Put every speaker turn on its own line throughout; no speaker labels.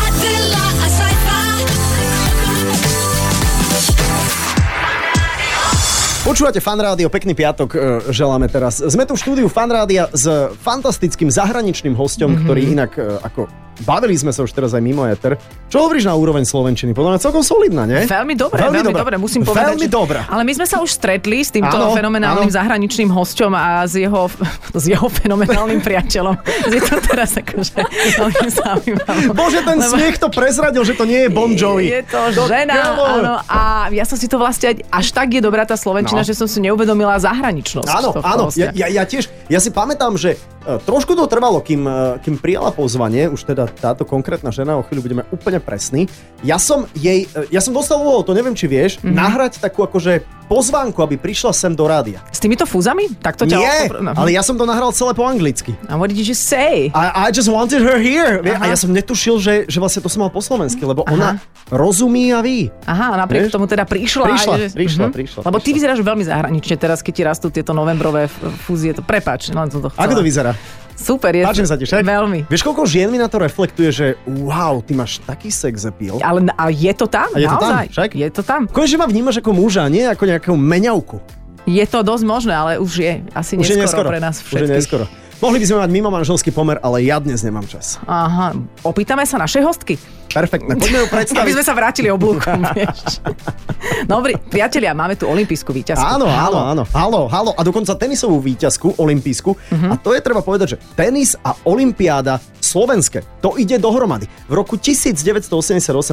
Adela a Saifa.
Počúvate fanrádio, pekný piatok e, želáme teraz. Sme tu v štúdiu fanrádia s fantastickým zahraničným hostom,
Mhm.
mm-hmm. ktorý inak e, ako bavili sme sa už teraz aj mimo éter. Čo hovoríš na úroveň slovenčiny? Podľa mňa celkom solidná, nie?
Veľmi dobre, veľmi, veľmi dobre, musím povedať.
Veľmi
že-
dobrá.
Ale my sme sa už stretli s týmto
Áno,
áno,
áno.
fenomenálnym áno. zahraničným hosťom a s jeho, s jeho fenomenálnym priateľom. Je to teraz akože veľmi zaujímavé.
Bože, ten
Lebo-
smiech to prezradil, že to nie je Bon Jovi.
Je to žena,
Dobre.
áno. A ja som si to vlastne aj- až tak je dobrá tá Slovenčina,
No.
no. že som si neuvedomila zahraničnosť.
Áno,
tohto
áno,
hostia.
ja, ja, ja tiež, ja si pamätám, že e, trošku to trvalo, kým, e, kým prijala pozvanie, už teda táto konkrétna žena, o chvíľu budeme úplne presní. Ja som jej, e, ja som dostal úlohu, to neviem, či vieš,
Mhm.
mm-hmm. nahrať takú akože pozvánku, aby prišla sem do rádia.
S týmito fúzami? Tak to no. ťa...
Nie,
opr-
ale ja som to nahral celé po anglicky.
A what did you say?
I, I just wanted her here. Vie, A
Aha.
ja som netušil, že, že vlastne to som mal po slovensky, lebo Aha.
Aha.
ona rozumí a ví.
Aha, a napriek
Vieš?
tomu teda prišla.
Prišla,
aj, že...
prišla,
Mhm.
prišla,
Lebo ty
prišla.
vyzeráš veľmi zahranične teraz, keď ti rastú tieto novembrové f- fúzie. To prepáč, len som to chcela.
Ako to vyzerá?
Super, je
Páčim sa ti, však?
Veľmi.
Vieš, koľko žien mi na to reflektuje, že wow, ty máš taký sex appeal.
Ale a je to tam?
A je to tam,
Naozaj?
však?
Je to tam.
Konečne ma vnímaš ako muža, nie ako nejakú meňavku.
Je to dosť možné, ale už je. Asi
Už je neskoro.
neskoro, pre
Už
nás
je
všetkých.
neskoro. Mohli by sme mať mimo manželský pomer, ale ja dnes nemám čas.
Aha, opýtame sa našej hostky.
Perfektné. Poďme ju
Aby
predstaviť.
sme sa vrátili oblúkom, vieš. Dobrý, priatelia, máme tu olimpijskú víťazku.
Áno, áno, áno. Halo, halo. A dokonca tenisovú výťazku, olimpijskú.
Mhm.
A to je treba povedať, že tenis a olimpiáda slovenské, to ide dohromady. V roku 1988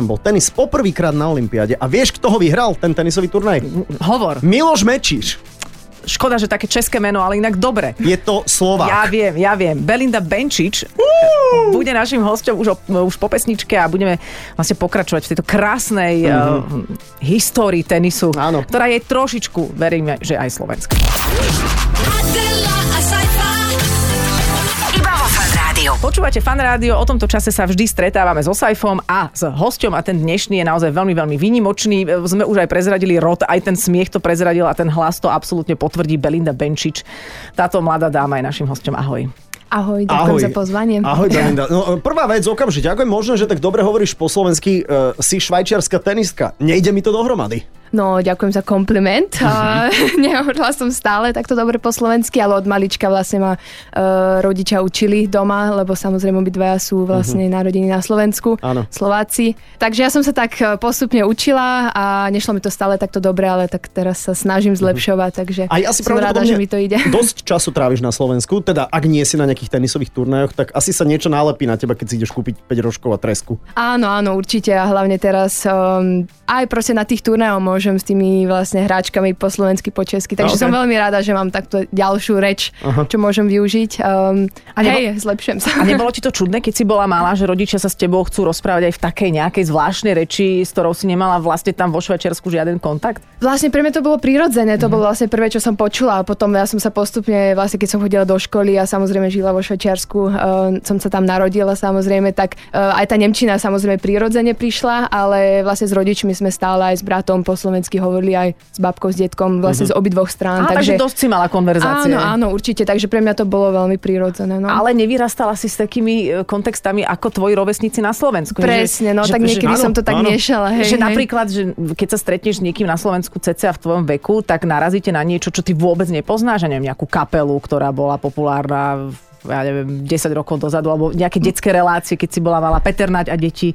bol tenis poprvýkrát na olympiáde. A vieš, kto ho vyhral, ten tenisový turnaj?
Mhm. Hovor.
Miloš Mečiš.
Škoda, že také české meno, ale inak dobre.
Je to
Ja
Slovák.
viem, ja viem. Belinda Benčič bude našim hosťom už, o, už po pesničke a budeme vlastne pokračovať v tejto krásnej mm-hmm. uh, histórii tenisu,
Áno.
ktorá je trošičku, veríme, že aj slovenská.
Adela a Saifa.
Iba vo fan rádiu.
Počúvate fan rádio, o tomto čase sa vždy stretávame so Saifom a s hosťom a ten dnešný je naozaj veľmi, veľmi výnimočný. E, Sme už aj prezradili rod, aj ten smiech to prezradil a ten hlas to absolútne potvrdí Belinda Benčič. Táto mladá dáma je našim hosťom. Ahoj.
Ahoj, ďakujem za pozvanie.
Ahoj, Belinda. No, prvá vec, okamžite, ako je možné, že tak dobre hovoríš po slovensky, e, si švajčiarska tenistka. Nejde mi to dohromady.
No, ďakujem za kompliment. A nehovorila som stále takto dobre po slovensky, ale od malička vlastne ma e, rodičia učili doma, lebo samozrejme obidvaja sú vlastne narodení na Slovensku,
Mhm. Áno.
Slováci. Takže ja som sa tak e, postupne učila a nešlo mi to stále takto dobre, ale tak teraz sa snažím zlepšovať, takže
Mhm. A ja si
som rada,
pravdepodobne
že mi to ide.
dosť času tráviš na Slovensku, teda ak nie si na nejakých tenisových turnajoch, tak asi sa niečo nálepí na teba, keď si ideš kúpiť 5 rožkov a tresku.
Áno, áno, určite a hlavne teraz um, aj proste na tých turnajoch môžem s tými vlastne hráčkami po slovensky, po česky, takže
No,
okay.
okay.
som veľmi rada, že mám takto ďalšiu reč, Aha. čo môžem využiť. Um, a
nebo-
hej, zlepšujem sa.
A nebolo ti to čudné, keď si bola malá, že rodičia sa s tebou chcú rozprávať aj v takej nejakej zvláštnej reči, s ktorou si nemala vlastne tam vo Švajčiarsku žiaden kontakt?
Vlastne pre mňa to bolo prirodzené,
Mhm.
to bolo vlastne prvé, čo som počula a potom ja som sa postupne, vlastne keď som chodila do školy a samozrejme žila vo Švajčiarsku, uh, som sa tam narodila samozrejme, tak uh, aj tá Nemčina samozrejme prirodzene prišla, ale vlastne s rodičmi sme stále aj s bratom po slovensky hovorili aj s babkou, s detkom vlastne z obidvoch strán.
Mhm. Á, takže, takže dosť si mala konverzácie.
Áno, áno, určite, takže pre mňa to bolo veľmi prirodzené. No.
Ale nevyrastala si s takými e, kontextami ako tvoji rovesníci na Slovensku.
Presne, no
že,
tak
že,
niekedy
že,
áno,
som to tak
áno.
miešala. Hej,
Hej, že
hej.
napríklad, že keď sa stretneš s niekým na Slovensku cca v tvojom veku, tak narazíte na niečo, čo ty vôbec nepoznáš, ja neviem, nejakú kapelu, ktorá bola populárna v- ja neviem, 10 rokov dozadu, alebo nejaké detské relácie, keď si bola malá Peternať a deti.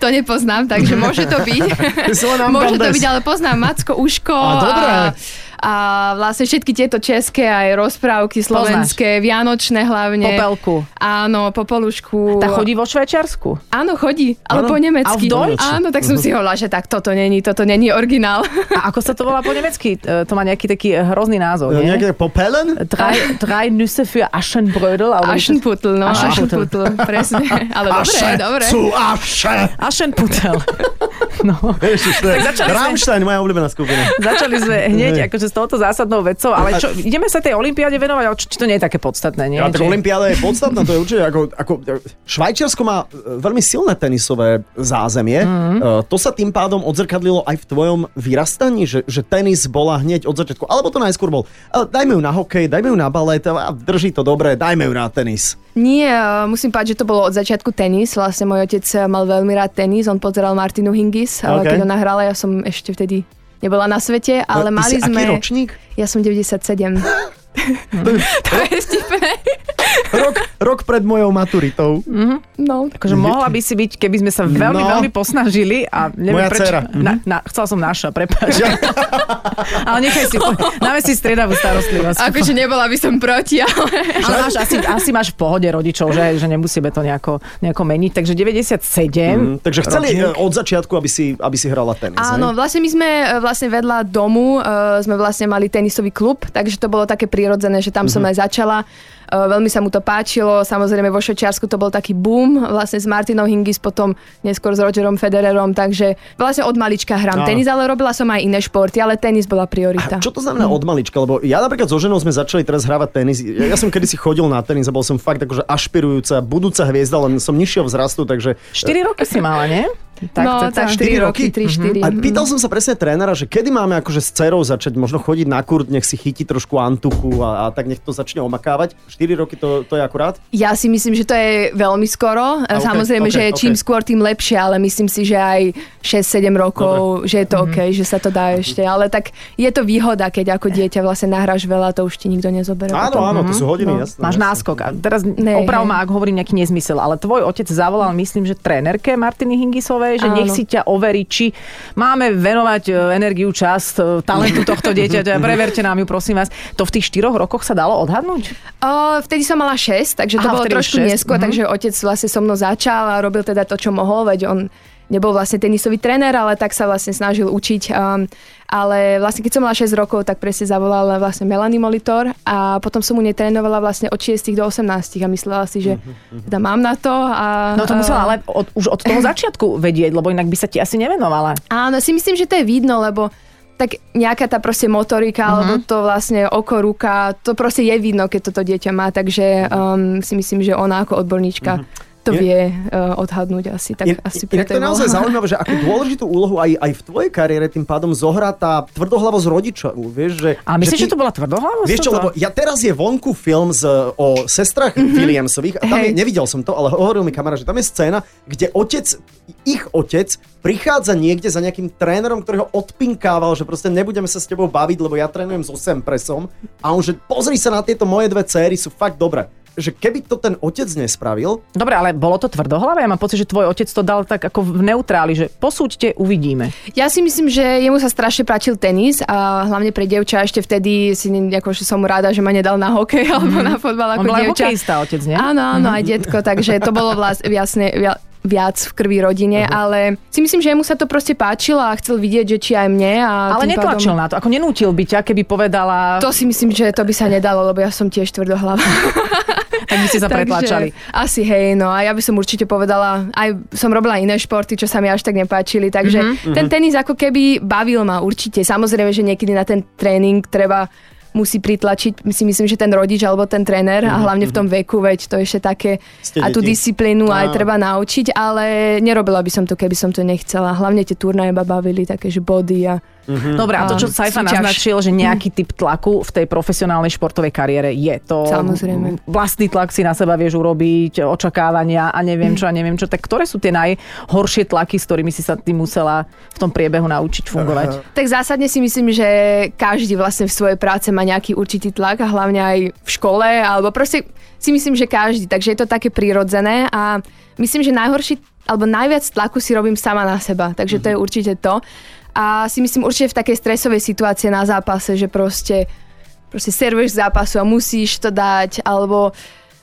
To nepoznám, takže môže to byť.
Ty si len
môže to
Anton
byť,
Bes.
ale poznám Macko, Uško
A, dobré.
a, a vlastne všetky tieto české aj rozprávky slovenské, vianočné hlavne.
Popelku.
Áno, popolušku.
Tá chodí vo Švajčiarsku.
Áno, chodí, ale
Áno.
po nemecky.
A v Mhm. Deutsch?
Áno, tak som si hovorila, že tak toto není, toto není originál.
A ako sa to volá po nemecky? E, To má nejaký taký e, hrozný názov,
Nie? No,
nie?
Nejaké popelen?
Drei, drei Nüsse für Aschenbrödel. alebo niečo-
Ašenputl, no,
Ašenputl.
Ašenputl, presne. Ale dobre, dobre.
Sú avše!
Ašenputel. No.
Ježiš, to je-
Tak začali sme-
Rammstein, moja obľúbená skupina.
Začali sme hneď
Hej.
akože s touto zásadnou vecou, ale čo, ideme sa tej olympiáde venovať, ale či, či to nie je také podstatné, nie?
Ja, tak
Či-
Olympiáda je podstatná, to je určite ako, ako Švajčiarsko má e, veľmi silné tenisové zázemie.
Mhm.
Mm. To sa tým pádom odzrkadlilo aj v tvojom vyrastaní, že, že tenis bola hneď od začiatku, alebo to najskôr bol, e, dajme ju na hokej, dajme ju na balet, a drží to dobre, dajme ju na tenis.
Nie, eh, musím povedať, že to bolo od začiatku tenis. Vlastne môj otec eh, mal veľmi rád tenis, on pozeral Martinu Hingis, ale
OK.
keď ona hrala, ja som ešte vtedy nebola na svete, ale
No, ty
mali
si
sme...
aký ročník?
Ja som 97. to je vtipné.
Rok, rok pred mojou maturitou.
No.
Akože mohla by si byť, keby sme sa veľmi,
Hm. No.
veľmi posnažili a neviem
Moja
prečo.
dcéra. Mhm.
Na, na, chcela som naša, prepáč. ale nechaj si, po- dáme si striedavú starostlivosť.
Akože nebola by som proti, ale...
Ale máš, asi, asi máš v pohode rodičov, že, že nemusíme to nejako, nejako meniť. Takže 97.
Mm, takže chceli e,
ročník.
od začiatku, aby si, aby si hrala tenis.
Áno,
hej?
vlastne my sme e, vlastne vedľa domu, e, sme vlastne mali tenisový klub, takže to bolo také prirodzené, že tam
Mhm.
som aj začala. E, veľmi sa mu to páčilo, samozrejme vo Švečiarsku to bol taký boom, vlastne s Martinou Hingis, potom neskôr s Rogerom Federerom, takže vlastne od malička hrám
Áno.
tenis, ale robila som aj iné športy, ale tenis bola priorita.
Čo to znamená od malička? Lebo ja napríklad so ženou sme začali teraz hrávať tenis. Ja, ja som kedysi chodil na tenis a bol som fakt akože ašpirujúca, budúca hviezda, len som nižšieho vzrastu, takže...
4 roky si mala, nie?
no,
ceca.
tak 4
štyri roky? Mhm.
roky, 3-4.
A pýtal som sa presne trénera, že kedy máme akože s cerou začať možno chodiť na kurt, nech si chytí trošku antuku a, a tak nech to začne omakávať. 4 roky to, to je akurát?
Ja si myslím, že to je veľmi skoro.
A,
A,
ok,
Samozrejme,
ok,
že
ok.
čím skôr, tým lepšie, ale myslím si, že aj 6-7 rokov, že je
Mhm.
to OK, že sa to dá ešte. Ale tak je to výhoda, keď ako dieťa vlastne nahráš veľa, to už ti nikto nezoberie.
Áno,
potom.
áno, to sú hodiny,
No.
jasné.
Máš
jasné.
náskok. A teraz
Ne,
oprav
hej.
ma, ak hovorím nejaký nezmysel, ale tvoj otec zavolal, myslím, že trénerke Martiny Hingisovej, že
Áno.
nech si ťa overi, či máme venovať e, energiu, čas, e, talentu tohto dieťaťa. Preverte nám ju, prosím vás. To v tých štyroch rokoch sa dalo odhadnúť?
O, vtedy som mala 6, takže to
Aha,
bolo
vtedy už
trošku
šesť,
neskôr,
mhm.
takže otec vlastne so mnou začal a robil teda to, čo mohol, veď on nebol vlastne tenisový tréner, ale tak sa vlastne snažil učiť. Um, ale vlastne keď som mala 6 rokov, tak presne zavolala vlastne Melanie Molitor a potom som mu netrénovala vlastne od 6 do 18 a myslela si, že teda mám na to. A,
Mhm,
ehm,
No to musela ale od, už od toho začiatku vedieť, lebo inak by sa ti asi nevenovala.
Áno, si myslím, že to je vidno, lebo tak nejaká tá proste
Mhm.
motorika, uh-huh. alebo to vlastne oko, ruka, to proste je vidno, keď toto dieťa má, takže um, si myslím, že ona ako odborníčka uh-huh. to
Mhm. Je-
vie uh, odhadnúť asi, tak asi
inak to je
preto
naozaj
bola.
zaujímavé, že akú dôležitú úlohu aj, aj v tvojej kariére tým pádom zohrá tá tvrdohlavosť rodičov. Vieš, že,
A myslíš, že,
ty-
to bola tvrdohlavosť?
Vieš čo,
toto?
lebo ja teraz je vonku film z, o sestrach mm-hmm. Williamsových a tam je,
Mhm. Hej.
nevidel som to, ale hovoril mi kamarát, že tam je scéna, kde otec, ich otec prichádza niekde za nejakým trénerom, ktorý ho odpinkával, že proste nebudeme sa s tebou baviť, lebo ja trénujem so Sempresom a on že pozri sa na tieto moje dve céry, sú fakt dobré. Že keby to ten otec nespravil,
Dobre, ale bolo to tvrdohlavé? Ja mám pocit, že tvoj otec to dal tak ako v neutráli, že posúďte, uvidíme.
Ja si myslím, že jemu sa strašne páčil tenis a hlavne pre dievča ešte vtedy si ne, ako, že som mu rada, že ma nedal na hokej alebo
Mhm.
na fotbal
On
ako
bol aj
dievča.
hokejista, otec, nie?
Áno, áno, aj detko, takže to bolo vlastne jasne, via- viac v krvi rodine, ale si myslím, že mu sa to proste páčilo a chcel vidieť, že či aj mne. A
Ale
tým
netlačil
Pádom,
na to, ako nenútil by ťa, keby povedala,
to si myslím, že to by sa nedalo, lebo ja som tiež tvrdohlava.
tak by ste sa pretlačali.
asi hej, no a ja by som určite povedala, aj som robila iné športy, čo sa mi až tak nepáčili, takže
Mhm,
mm-hmm. ten tenis ako keby bavil ma určite. Samozrejme, že niekedy na ten tréning treba musí pritlačiť, si myslím, že ten rodič alebo ten tréner
Mhm,
a hlavne v tom veku, veď to je ešte také
Ste
a tú
deti.
disciplínu
Áno.
aj treba naučiť, ale nerobila by som to, keby som to nechcela. Hlavne tie turnaje ma bavili, také, že body a...
"Hm, Dobre, a to, čo
Áno,
Saifa
súťaž. Hm.
naznačil, že nejaký typ tlaku v tej profesionálnej športovej kariére je to.
Samozrejme.
Vlastný tlak si na seba vieš urobiť, očakávania a neviem čo a neviem čo. Tak ktoré sú tie najhoršie tlaky, s ktorými si sa ty musela v tom priebehu naučiť fungovať?
Tak zásadne si myslím, že každý vlastne v svojej práce má nejaký určitý tlak a hlavne aj v škole, alebo proste si myslím, že každý, takže je to také prirodzené a myslím, že najhorší alebo najviac tlaku si robím sama na seba, takže to je určite to. A si myslím určite v takej stresovej situácii na zápase, že proste, proste servuješ k zápasu a musíš to dať, alebo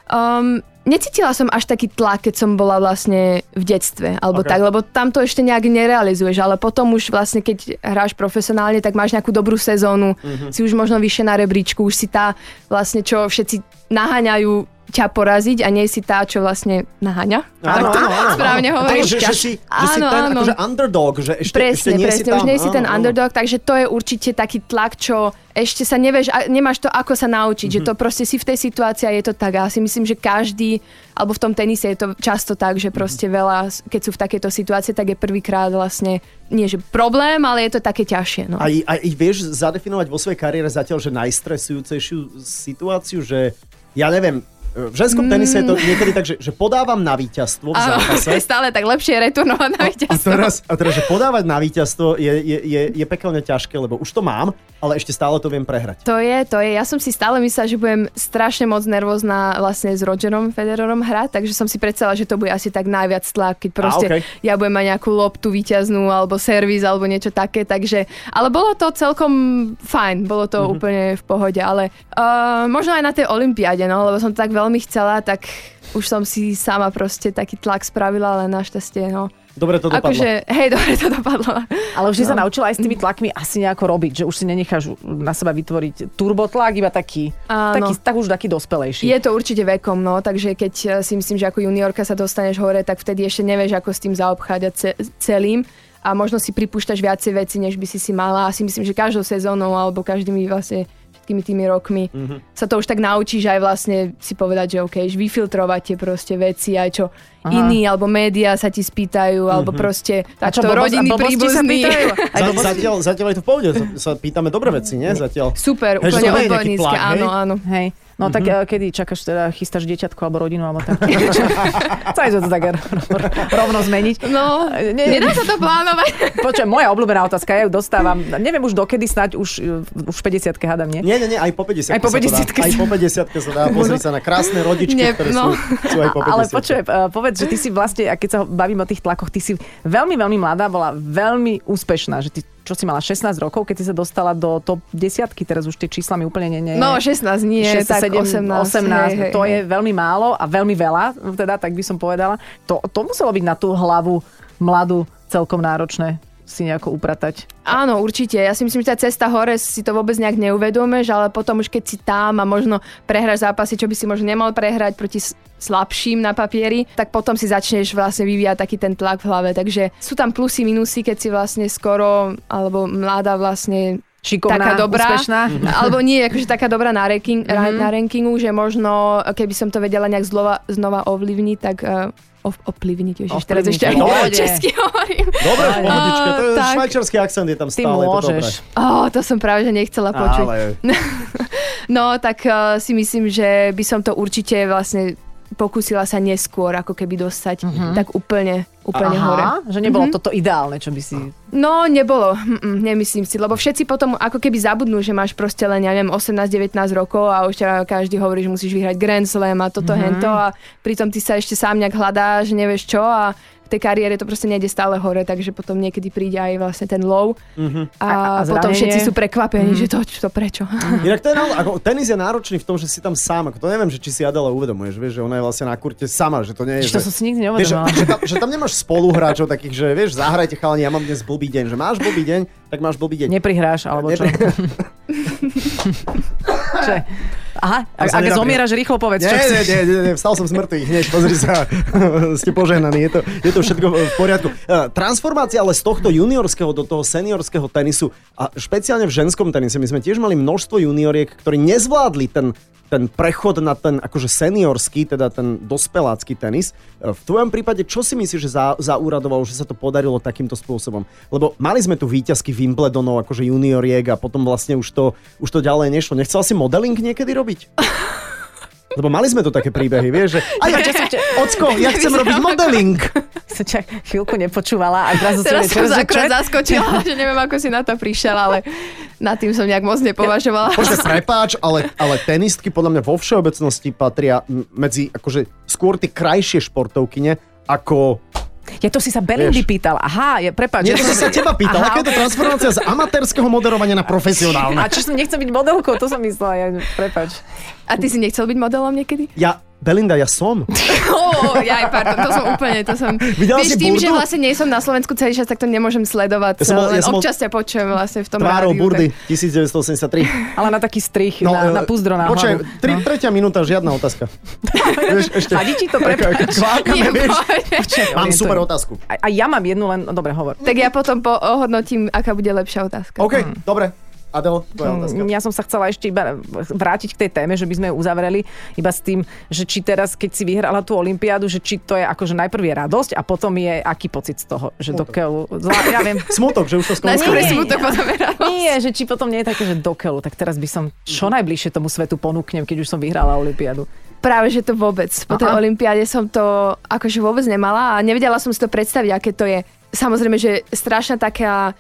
um, necítila som až taký tlak, keď som bola vlastne v detstve, alebo
Ok.
okay. tak, lebo tam to ešte nejak nerealizuješ, ale potom už vlastne, keď hráš profesionálne, tak máš nejakú dobrú
Mhm.
sezónu, mm-hmm. si už možno vyššie na rebríčku, už si tá vlastne, čo všetci naháňajú ťa poraziť a nie si tá, čo vlastne naháňa.
Áno, áno, áno.
správne
áno. Takže,
hovoríš.
že, si, že si
Áno,
ten
áno.
akože underdog, že ešte, ešte
Presne,
nie si
presne,
tam.
už nie si
áno,
ten
áno.
underdog, takže to je určite taký tlak, čo ešte sa nevieš, a nemáš to ako sa naučiť,
Mhm.
mm-hmm. že to proste si v tej situácii a je to tak. A ja si myslím, že každý, alebo v tom tenise je to často tak, že proste
Mhm.
veľa, keď sú v takejto situácii, tak je prvýkrát vlastne, nie že problém, ale je to také ťažšie. No.
A, a vieš zadefinovať vo svojej kariére zatiaľ, že najstresujúcejšiu situáciu, že ja neviem, v ženskom tenise je to niekedy tak, že, že podávam na víťazstvo v
Mm. Áno,
zápase.
je stále tak lepšie returnovať na
A
víťazstvo.
teraz, a teraz, že podávať na víťazstvo je, je, je, je pekelne ťažké, lebo už to mám, ale ešte stále to viem prehrať.
To je, to je. Ja som si stále myslela, že budem strašne moc nervózna vlastne s Rogerom Federerom hrať, takže som si predstavila, že to bude asi tak najviac tlak, keď proste
okej.
ja budem mať nejakú loptu výťaznú alebo servis alebo niečo také, takže ale bolo to celkom fajn, bolo
Mhm.
to mm-hmm. úplne v pohode, ale uh, možno aj na tej olympiáde, no, lebo som to tak veľmi chcela, tak už som si sama proste taký tlak spravila, ale našťastie, no.
Dobre to dopadlo.
Akože, hej, dobre to dopadlo.
Ale už si sa
No.
naučila aj s tými tlakmi asi nejako robiť, že už si nenecháš na seba vytvoriť turbotlak, iba taký,
Áno.
taký tak už taký dospelejší.
Je to určite vekom, no, takže keď eh, si myslím, že ako juniorka sa dostaneš hore, tak vtedy ešte nevieš, ako s tým zaobchádzať ce- celým a možno si pripúšťaš viacej veci, než by si si mala. A si myslím, že každou sezónou alebo každými vlastne všetkými tými rokmi
Mhm.
mm-hmm. sa to už tak naučíš aj vlastne si povedať, že OK, že vyfiltrovať tie proste veci, aj čo Aha. iní alebo médiá sa ti spýtajú, mm-hmm.
Mhm.
alebo proste takto rodiny príbuzní.
Aj
Za,
blbosti?
zatiaľ, zatiaľ je to v pohode, sa, sa pýtame dobre veci, nie? Zatiaľ.
Super,
Hej, že to nie
úplne
je nejaký
odbornícke,
tlak, hej?
áno, áno.
Hej. No
Mhm.
tak eh, kedy čakáš, teda chystáš dieťatko alebo rodinu alebo tak? Chceš to tak ro- ro- rovno zmeniť?
No,
Eh, ne-
nedá sa to plánovať.
Počujem, moja obľúbená otázka, ja ju dostávam, neviem už dokedy, snáď už, eh, už v 50-ke hádam, nie?
Nie, nie, nie, aj po 50
Aj po 50-ke
sa to dá. Aj po 50 sa dá pozrieť sa na krásne rodičky,
Nie,
ktoré sú,
no.
sú aj po 50
Ale počujem, eh, povedz, že ty si vlastne, a keď sa bavím o tých tlakoch, ty si veľmi, veľmi mladá, bola veľmi úspešná, že ty, čo si mala 16 rokov, keď si sa dostala do top desiatky, teraz už tie čísla mi úplne ne, ne,
No, 16 nie,
6,
tak
7,
18.
18
hej, hej,
to
hej.
je veľmi málo a veľmi veľa, teda tak by som povedala. To, to muselo byť na tú hlavu mladú celkom náročné si nejako upratať.
Áno, určite. Ja si myslím, že tá cesta hore si to vôbec nejak neuvedomíš, ale potom už keď si tam a možno prehráš zápasy, čo by si možno nemal prehrať proti s- slabším na papieri, tak potom si začneš vlastne vyvíjať taký ten tlak v hlave. Takže sú tam plusy, minusy, keď si vlastne skoro alebo mladá vlastne
Šikovná,
taká dobrá,
úspešná. Mhm.
alebo nie, akože taká dobrá na, ranking, mm-hmm. na rankingu, že možno, keby som to vedela nejak zlova, znova ovlivniť, tak uh, ov, ovplyvniť, ježiš, teraz
Ovplyvniť,
ešte aj
no, dobre.
česky hovorím.
Dobre, v pohodičke, to je
tak.
švajčiarsky akcent je tam
Ty
stále, je to
môžeš.
dobré.
Oh, to som práve, že nechcela počuť.
Ale
No, tak uh, si myslím, že by som to určite vlastne pokúsila sa neskôr, ako keby dostať uh-huh. tak úplne,
Mhm.
úplne
Aha,
hore. Mhm.
že nebolo mm-hmm. toto ideálne, čo by si...
No, nebolo, Mm-mm, nemyslím si, lebo všetci potom ako keby zabudnú, že máš proste len, ja neviem, 18-19 rokov a už ťa každý hovorí, že musíš vyhrať Grand Slam
Mhm.
a toto, mm-hmm. hento a pritom ty sa ešte sám nejak hľadáš, nevieš čo a v tej kariére to proste nejde stále hore, takže potom niekedy príde aj vlastne ten low
Mhm. A-
mm-hmm. a,
a
a
zranenie?
potom
Mhm.
všetci sú prekvapení, mm-hmm. že to, to prečo.
Inak to je naozaj, ako, tenis je náročný v tom, že si tam sám, ako to neviem, že či si Adela uvedomuješ, vieš, že ona je vlastne na kurte sama, že to nie je...
Čiže to
že-
som si nikdy
Vieš,
neuvedomila.
že, tam, že tam nemáš spoluhráčov takých, že vieš, zahrajte chalani, ja mám dnes blbý deň, že máš blbý deň, tak máš blbý deň.
Neprihráš, alebo čo?
Nepri-
čo? je? Aha, a,
sa
a
nedá
keď zomieraš, rýchlo povedz,
Nie,
čo
nie,
chceš.
nie, nie, nie, vstal som z mŕtvych hneď, pozri sa, ste požehnaní, je to, je to všetko v poriadku. Eh, Transformácia ale z tohto juniorského do toho seniorského tenisu a špeciálne v ženskom tenise, my sme tiež mali množstvo junioriek, ktorí nezvládli ten ten prechod na ten akože seniorský, teda ten dospelácky tenis. Eh, V tvojom prípade, čo si myslíš, že za, zaúradovalo, že sa to podarilo takýmto spôsobom? Lebo mali sme tu výťazky Wimbledonov, akože junioriek a potom vlastne už to, už to ďalej nešlo. Nechcela si modeling niekedy robiť? Lebo mali sme tu také príbehy, vieš, že... A ja,
Ináč, ja som ťa-
Ocko, ja chcem robiť modeling.
Som ťa chvíľku nepočúvala a zrazu si
Teraz
čo-
som
čo-
sa
čo-
akurát zaskočila, že neviem, ako si na to prišiel, ale nad tým som nejak moc nepovažovala.
Počkaj, prepáč, ale, ale tenistky podľa mňa vo všeobecnosti patria m- medzi akože skôr tie krajšie športovkyne ako...
Ja to si sa
Vieš.
Belindy pýtal. Aha, ja, prepáč.
Nie,
ja
to
som-
som sa teba pýtal,
Aha,
aká je to transformácia z amatérskeho moderovania na profesionálne.
A čiže som nechcem byť modelkou, to som myslela. Ja, prepač.
A ty si nechcel byť modelom niekedy?
Ja Belinda, ja som.
Oh, ja aj pardon, to som úplne, to som...
Videla
Vieš,
si
tým,
burdu?
že vlastne nie som na Slovensku celý čas, tak to nemôžem sledovať.
Ja
eh,
som bol-
len
ja som bol
občas ťa počujem vlastne v tom
Tvárou
rádiu.
burdy 1983.
Ale na taký strich, no,
e,
na, na púzdro na
počkaj,
hlavu. No.
tri, tretia minúta, žiadna otázka. Vieš, ešte.
Vadí ti to?
Taká-
Prepáč.
kvákame,
Nie,
vieš.
pohode.
Mám super otázku.
A, a ja mám jednu len, no dobre, hovor.
Tak ja potom po- ohodnotím, aká bude lepšia otázka.
OK, dobre. Adel, tvoja otázka.
Mm, Ja som sa chcela ešte iba vrátiť k tej téme, že by sme ju uzavreli iba s tým, že či teraz, keď si vyhrala tú olympiádu, že či to je akože najprv je radosť a potom je aký pocit z toho, že do keľu... Zla, ja viem.
Smutok, že už to
Najskôr
skončilo.
je
Nie,
smutok,
nie.
potom je radosť.
Nie, že či potom nie je také, že do keľu, tak teraz by som čo najbližšie tomu svetu ponúknem, keď už som vyhrala olympiádu.
Práve, že to vôbec. Po
Aha.
tej olympiáde som to akože vôbec nemala a nevedela som si to predstaviť, aké to je. Samozrejme, že strašná taká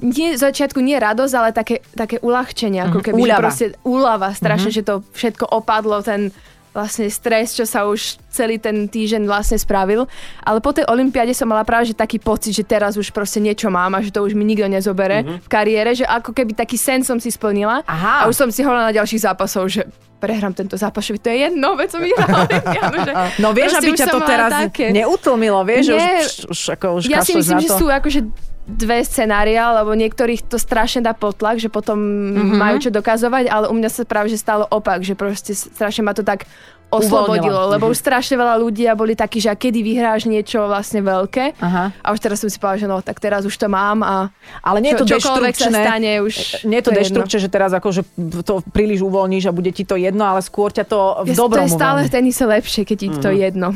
nie, z začiatku nie radosť, ale také, také uľahčenie,
Mhm,
ako keby
úľava.
Že proste úľava
Mhm.
strašne, že to všetko opadlo, ten vlastne stres, čo sa už celý ten týždeň vlastne spravil. Ale po tej olympiáde som mala práve že taký pocit, že teraz už proste niečo mám a že to už mi nikto nezobere v kariére, že ako keby taký sen som si splnila
Mhm. Aha.
a už som si hovorila na ďalších zápasov, že prehrám tento zápas, že to je jedno, veď som vyhrala. Olympiádu, že
No vieš,
proste
aby
už
ťa
som
to
mala
teraz
také.
neutlmilo, vieš, že už,
Nie.
už, ako už
Ja
kašleš
si myslím,
na
že
to.
sú akože dve scenária, lebo niektorých to strašne dá potlak, že potom
Mhm.
mm-hmm. majú čo dokazovať, ale u mňa sa práve že stalo opak, že proste strašne ma to tak oslobodilo,
Uvoľnilo.
lebo už strašne veľa ľudí a boli takí, že a kedy vyhráš niečo vlastne veľké
Aha.
a už teraz som si povedala, že no tak teraz už to mám a
Ale nie je to
čo, čokoľvek sa
deštrukčné.
stane už
Nie je to,
je jedno.
deštrukčné, že teraz akože to príliš uvoľníš a bude ti to jedno, ale skôr ťa to v
Ja-
dobrom Mhm.
to je stále v
uvoľní.
tenise lepšie, keď ti to jedno.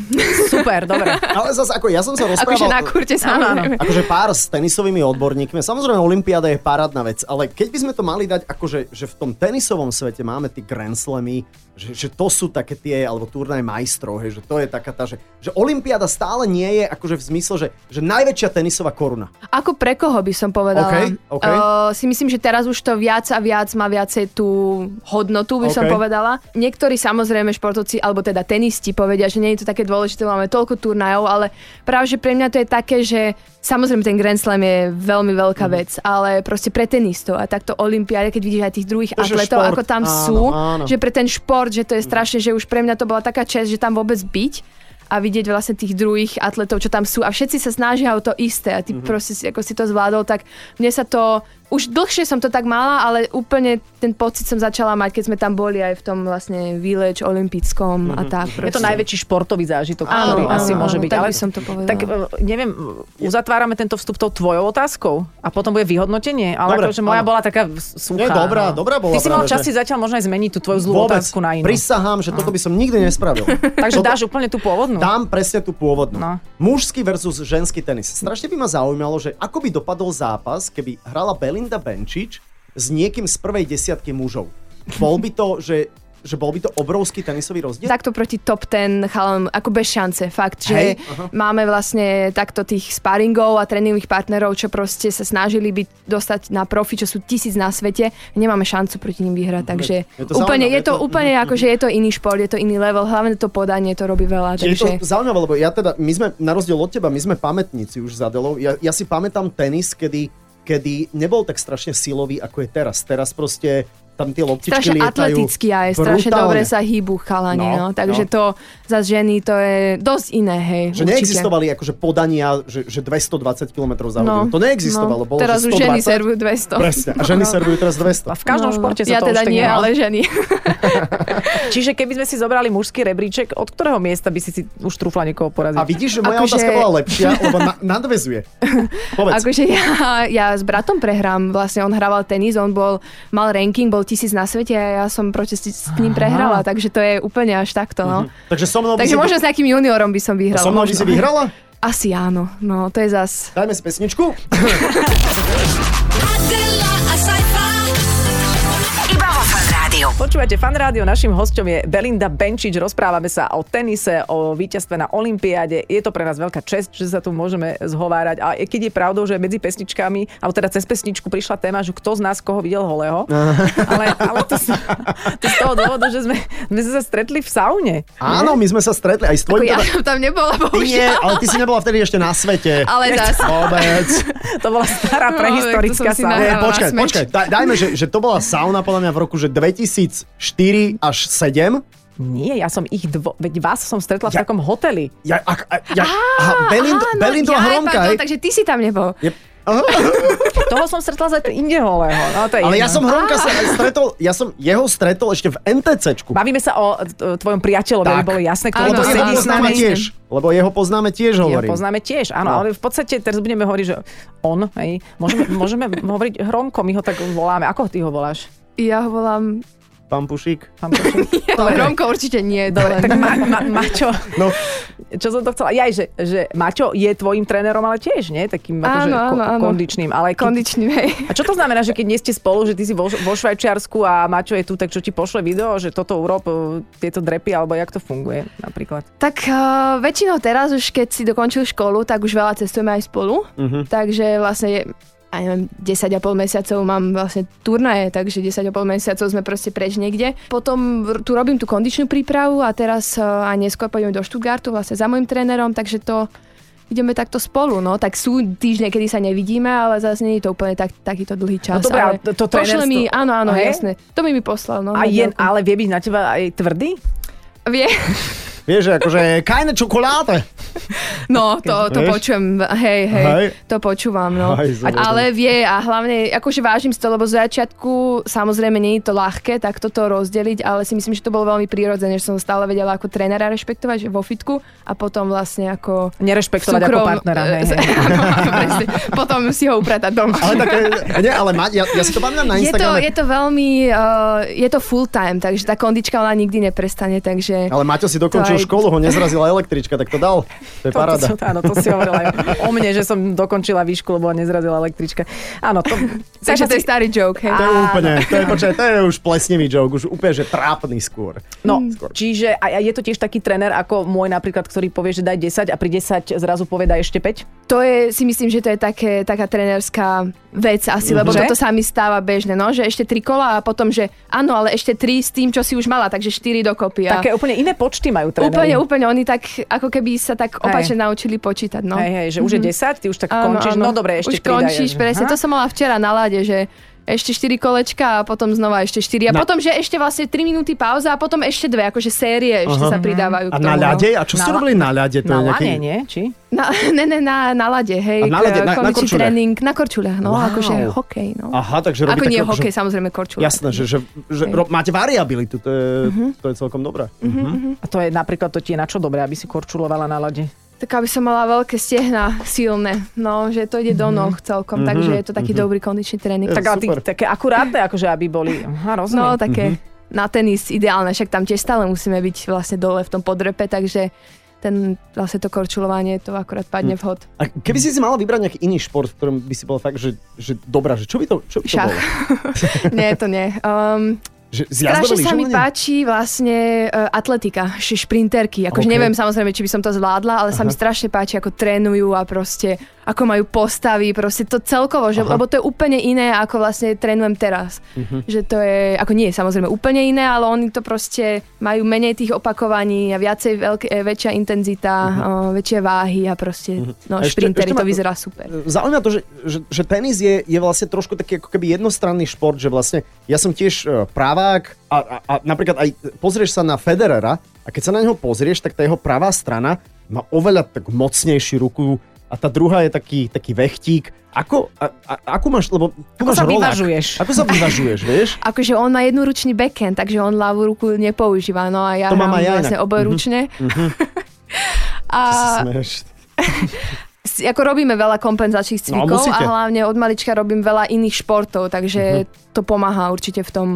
Super, dobre.
Ale zase, ako ja som sa rozprával...
Akože na kurte samozrejme.
Akože pár s tenisovými odborníkmi. Samozrejme, Olympiáda je parádna vec, ale keď by sme to mali dať, akože že v tom tenisovom svete máme tie Grand Slamy, že, že to sú také tie, alebo turnaj majstrov, hej, že to je taká tá, že, že Olympiáda stále nie je akože v zmysle, že, že najväčšia tenisová koruna.
Ako pre koho by som povedala?
Okej, okej.
Eh, si myslím, že teraz už to viac a viac má viacej tú hodnotu, by som
Okej.
povedala. Niektorí samozrejme športovci, alebo teda tenisti povedia, že nie je to také dôležité, máme toľko turnajov, ale práve že pre mňa to je také, že samozrejme ten Grand Slam je veľmi
Mhm.
veľká vec, ale proste pre tenistov a takto olympiáde, keď vidíš aj tých druhých
To, že
atletov,
šport,
ako tam
áno,
sú,
áno.
že pre ten šport, že to je strašne, že už pre mňa to bola taká čest, že tam vôbec byť a vidieť vlastne tých druhých atletov, čo tam sú a všetci sa snažia o to isté a ty mm-hmm. proste si, ako si to zvládol, tak mne sa to, už dlhšie som to tak mala, ale úplne ten pocit som začala mať, keď sme tam boli aj v tom vlastne výleč olympickom mm-hmm. a tak.
Je to najväčší športový zážitok,
Áno,
ktorý
áno,
asi
áno,
môže byť.
tak
ale
by som to povedala.
Tak e, neviem, uzatvárame tento vstup tou tvojou otázkou a potom bude vyhodnotenie. Ale
Dobre,
akože moja
áno.
bola taká v- suchá. no.
Nie, dobrá, dobrá bola
Ty si mal
práve,
čas
že-
si zatiaľ možno aj zmeniť tú tvoju zlú otázku na inú.
Prisahám, že toto by som nikdy nespravil.
Takže
Toto-
dáš úplne tú
No.
pôvodnú.
Dám presne tú pôvodnú.
No.
No. Mužský versus ženský tenis. Strašne by ma zaujímalo, že ako by dopadol zápas, keby hrala Belinda Benčič s niekým z prvej desiatky mužov. Bol by to, že, že bol by to obrovský tenisový rozdiel?
Takto proti top ten chalom, ako bez šance, fakt, že
Hej,
máme vlastne takto tých sparingov a tréningových partnerov, čo proste sa snažili byť dostať na profi, čo sú tisíc na svete, nemáme šancu proti ním vyhrať, takže
je
je
to Mhm,
to úplne,
zaujímavé,
je
je
to,
to-
úplne ako, že je to iný šport, je to iný level, hlavne to podanie to robí veľa,
Je to
takže...
zaujímavé, lebo ja teda, my sme, na rozdiel od teba, my sme pamätníci už za Delou. Ja, ja si pamätám tenis, kedy, kedy nebol tak strašne silový, ako je teraz. Teraz proste tam tie loptičky
Strašne
lietajú.
atletický aj, strašne
brutálne.
dobre sa hýbu chalani,
No,
no,
no.
takže to za ženy to je dosť iné, hej,
Že neexistovali akože podania, že, že 220 km za hodinu. to neexistovalo. Bolo,
No,
že
Teraz už ženy No.
120.
servujú 200.
Presne. A ženy servujú teraz 200.
A v každom športe sa
ja
to
teda
už tak
nie,
nemá.
ale ženy.
Čiže keby sme si zobrali mužský rebríček, od ktorého miesta by si si už trúfla niekoho poraziť?
A vidíš, že moja
Akože-
otázka bola lepšia, lebo na, nadvezuje. Povedz.
Akože ja, ja s bratom prehrám, vlastne on hrával tenis, on bol, mal ranking, bol tisíc na svete a ja som proti si- s ním prehrala, takže to je úplne až takto, no.
Takže so mnou Mhm. by
Takže
si,
možno s nejakým juniorom by som vyhrala.
so mnou by si
možno.
vyhrala?
Asi áno, no to je zas.
Dajme si pesničku.
Adela, a sci-fi.
Iba vo Fan Rádiu.
Počúvate Fan Rádio, našim hosťom je Belinda Benčič. Rozprávame sa o tenise, o víťazstve na Olympiáde. Je to pre nás veľká čest, že sa tu môžeme zhovárať. A aj keď je pravdou, že medzi pesničkami, alebo teda cez pesničku prišla téma, že kto z nás koho videl holého. Ale, ale to, z- to z toho dôvodu, že sme, sme sa stretli v saune.
Áno, my sme sa stretli aj s
Ako
tvojim...
ja
Teda,
som tam nebola,
ty nie,
bohužiaľ.
ale ty si nebola vtedy ešte na svete.
Ale zas.
Vôbec.
To bola stará
No,
prehistorická
to som si
sauna.
Nie,
Áno,
počkaj,
na smeč.
počkaj. Daj, dajme, že, že to bola sauna podľa mňa v roku že 2004 až 7.
Nie, ja som ich dvo... Veď vás som stretla v
Ja-
takom hoteli.
Ja, a, a, ja, aha, Belindo,
áno,
Belindo a
jaj,
Hromka,
pardon,
hej?
Takže ty si tam nebol.
Je, aha,
Toho som stretla za inde holého. No, to je
ale ja
jedno.
som Hromka sa stretol, ja som jeho stretol ešte v MTCčku.
Bavíme sa o t- tvojom priateľovi,
Tak.
aby bolo jasné, ktorý
Áno,
Lebo
tu
áno,
jeho
sedí s
poznáme
nami.
jasne.
tiež. Lebo jeho poznáme tiež,
Jeho
hovorím.
poznáme tiež, áno,
No.
ale v podstate teraz budeme hovoriť, že on, hej, môžeme, môžeme hovoriť hromko, my ho tak voláme. Ako ty ho voláš?
Ja ho volám...
Pán Pušík.
Pán Kočík?
Ale Romko určite nie.
Dobre, tak ma, ma, Maťo,
No,
čo som to chcela, ja, že, že Maťo je tvojim trénerom, ale tiež, nie? Takým akože
Áno,
ko-
áno, áno.
kondičným. Ale keď,
Kondičný, hej.
a čo to znamená, že keď nie ste spolu, že ty si vo, vo Švajčiarsku a Maťo je tu, tak čo ti pošle video, že toto urob, eh, tieto drepy, alebo jak to funguje napríklad?
Tak uh, väčšinou teraz už, keď si dokončil školu, tak už veľa cestujeme aj spolu. Takže vlastne je, a neviem, 10,5 mesiacov mám vlastne turnaje, takže 10,5 mesiacov sme proste preč niekde. Potom r- tu robím tú kondičnú prípravu a teraz uh, a neskôr pôjdem do Stuttgartu vlastne za môjim trénerom, takže to ideme takto spolu, no. Tak sú týždne, kedy sa nevidíme, ale zase nie je to úplne tak, takýto dlhý čas.
No dobré,
ale
ale to- to
pošle
trénerstvo-
mi, áno, áno,
Hej?
jasné. To mi mi poslal, no.
A
na
je,
diaľku.
ale vie byť na teba aj tvrdý?
Vie,
vieš, akože kajne čokoláde.
No, to, to
Vieš?
počujem, hej,
Hej.
hej, hej, to počúvam, no.
Hej, zober.
Ale vie a hlavne, akože vážim si to, lebo z začiatku samozrejme nie je to ľahké tak toto rozdeliť, ale si myslím, že to bolo veľmi prírodzené, že som stále vedela ako trénera rešpektovať že vo fitku a potom vlastne ako... v
Nerešpektovať ako
súkrom-
partnera. Hej, hej.
Áno, presne. potom si ho upratať doma.
Ale tak, e, nie, ale ma, ja, ja si to pamätám na
Je to,
Instagrame.
je to veľmi, uh, je to full time, takže tá kondička ona nikdy neprestane, takže...
Ale Maťo si dokončil
To aj-
školu, ho nezrazila električka, tak to dal. To je
To, to,
paráda.
to, áno, to si hovorila aj o mne, že som dokončila výšku, lebo ma nezradila električka. Áno, to...
Takže to je starý joke, hej.
To je
Áno.
úplne,
no.
to je, počkaj, to je už plesnivý joke, už úplne, že trápny skôr.
No,
Mm.
čiže a a je to tiež taký tréner ako môj napríklad, ktorý povie, že daj 10 a pri 10 zrazu povie daj ešte 5?
To je, si myslím, že to je také, taká trenerská vec asi,
Že?
lebo že? toto sa mi stáva bežne, no, že ešte tri kola a potom, že áno, ale ešte tri s tým, čo si už mala, takže štyri dokopy. A
Také úplne no. iné počty majú tréneri.
úplne, úplne, oni tak, ako keby sa tak opačne naučili počítať, no.
Hej, hej, že už je 10, ty už tak končíš, no dobre, ešte
Už končíš, presne, to som mala včera na lade, že ešte 4 kolečka a potom znova ešte 4. A
Na-
potom, že ešte vlastne 3 minúty pauza a potom ešte dve, akože série ešte sa
Mhm.
pridávajú
A
k tomu.
na
no.
ľade? A čo ste
Na la-
robili na ľade? To
Na
je nejaký...
lane, nie? Či?
Na, ne, ne, na, na
A
lade, hej.
na lade,
k-
na- na
kondičný
korčuliach.
tréning na korčuliach, no,
Wow.
akože hokej, no.
Aha, takže robí
Ako nie
takú-
hokej,
že-
samozrejme korčule.
Jasné, že, že, že ro, máte variabilitu, to je,
Mhm.
to je celkom dobré.
A to je napríklad, to ti je na čo dobré, aby si korčulovala na lade.
Tak aby som mala veľké stehna silné, no, že to ide do
Mhm.
noh celkom, takže je to taký dobrý kondičný tréning.
Tak ale ty,
Super. Mhm.
také akurátne, akože aby boli, aha, rozumiem.
No, také na tenis ideálne, však tam tiež stále musíme byť vlastne dole v tom podrepe, takže ten, vlastne to korčulovanie, to akorát
Mhm.
padne vhod.
A keby si si mala vybrať nejaký iný šport, v ktorom by si bola tak, že, že dobrá, že čo by to, čo by to
Šach.
bolo?
nie, to nie. Um,
Že z
Strašne sa mi
lyžovania?
páči vlastne uh, atletika, š- šprinterky. Akože
OK.
neviem samozrejme, či by som to zvládla, ale Aha. sa mi strašne páči, ako trénujú a proste ako majú postavy, proste to celkovo, že,
Aha. Mhm.
lebo to je úplne iné, ako vlastne trénujem teraz. Uh-huh. Že to je, ako nie je samozrejme úplne iné, ale oni to proste majú menej tých opakovaní a viacej veľk- e, väčšia intenzita, uh-huh. väčšie váhy a proste, uh-huh.
Mhm.
no
A ešte-
šprintery,
ešte ma- e,
to vyzerá super.
Zaujíma to, že, že, že tenis je, je vlastne trošku taký ako keby jednostranný šport, že vlastne ja som tiež e, pravák a, a, a napríklad aj pozrieš sa na Federera a keď sa na neho pozrieš, tak tá jeho pravá strana má oveľa tak mocnejšiu ruku a tá druhá je taký, taký vechtík. Ako, a, a, ako máš, lebo tu máš
Ako sa
rolák.
vyvažuješ?
Ako sa vyvažuješ, vieš?
Akože on má jednoručný backhand, takže on ľavú ruku nepoužíva, no a ja
To mám aj
hrám
ja
vlastne
inak. Mhm.
obojručne. a
Čo sa smeješ?
s- ako robíme veľa kompenzačných
No,
cvikov a
musíte.
hlavne od malička robím veľa iných športov, takže
Mhm.
to pomáha určite v tom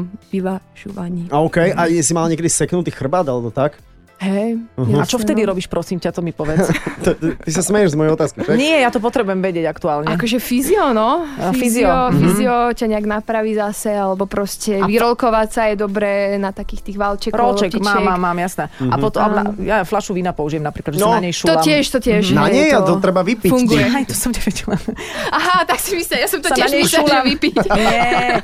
vyvažovaní.
A okej, a je si mal niekedy seknutý chrbát alebo tak?
Hej.
Mhm.
A
jasné,
čo vtedy
no.
robíš, prosím ťa, to mi povedz.
T- t- Ty sa smeješ z mojej otázky, však?
Nie, ja to potrebujem vedieť aktuálne.
Akože fyzio, no.
A, fyzio. Mhm.
Fyzio, fyzio ťa nejak napraví zase, alebo proste
A to-
vyrolkovať sa je dobré na takých tých valčekov,
Rolček,
loptičiek.
mám, mám, mám, jasné. A potom, a na- ja flašu vína použijem napríklad, že
Mhm. No,
sa na nej
To
šulám.
tiež, to tiež.
Na
hej,
Mhm. No, nie, a to treba vypiť.
Funguje.
Aj, to som nevedela.
Aha, tak si myslím, ja som to
Sa
tiež
na nej
musela
šulám.
vypiť.
Nie,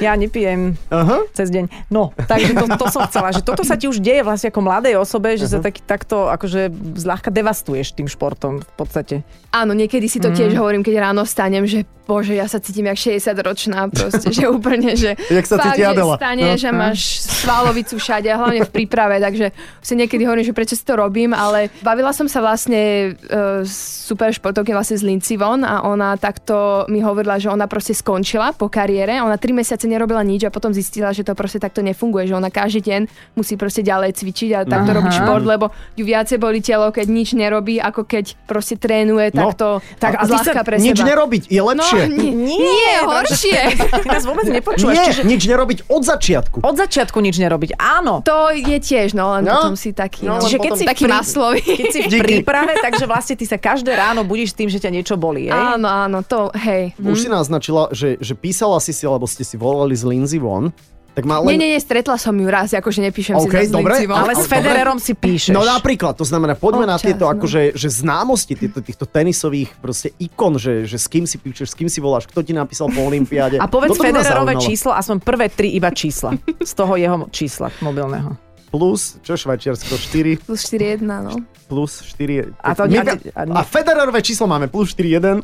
ja nepijem
Aha.
cez deň. No, takže to, to som chcela, že toto sa ti už deje vlastne ako mladej osobe, že
Mhm.
uh-huh. sa tak, takto akože zľahka devastuješ tým športom v podstate.
Áno, niekedy si
Mhm.
to tiež hovorím, keď ráno vstanem, že bože, ja sa cítim jak 60-ročná proste, že úplne, že
Jak sa
fakt,
cíti
že
Adela.
stane,
No.
že máš svalovicu všade, a hlavne v príprave, takže si niekedy hovorím, že prečo si to robím, ale bavila som sa vlastne uh, super športovky vlastne z Linci von a ona takto mi hovorila, že ona proste skončila po kariére, ona tri mesiace nerobila nič a potom zistila, že to proste takto nefunguje, že ona každý deň musí proste ďalej cvičiť a takto
Aha.
robiť šport, lebo ju viacej boli telo, keď nič nerobí, ako keď proste trénuje
No,
takto
tak a ty
zľahka
sa
pre
Nič
seba.
nerobiť je lepšie.
No, nie, nie, nie horšie.
Ty nás vôbec nepočúvaš.
Nie,
Čiže
nič nerobiť od začiatku.
od začiatku nič nerobiť. Áno.
To je tiež, no len
No.
no. potom si taký,
No,
no,
len
že keď
potom-
si taký
pri-
maslový.
Keď si v
Díky.
príprave, takže vlastne ty sa každé ráno budíš tým, že ťa niečo bolí. Hej?
Áno, áno, to, hej.
Už si
Mm.
naznačila, že, že písala si si, alebo ste si volali z Lindsay von, tak má len...
Nie, nie, nie, stretla som ju raz, akože nepíšem
OK,
si zase
dobre,
Lindsay Vonn.
Ale
Ale-
s Federerom si píšeš.
No napríklad, to znamená, poďme na
Občas,
tieto
no.
akože že známosti tieto, týchto tenisových proste ikon, že, že s kým si píšeš, s kým si voláš, kto ti napísal po olympiáde.
A povedz
Toto No by ma
Federerové
zaujímalo.
číslo, aspoň prvé tri iba čísla. Z toho jeho čísla mobilného.
Plus, čo Švajčiarsko, 4,
Plus 4-1, no.
plus 4.
A to-
My-
a ty- a nie.
a Federerové číslo máme, plus 4, 1.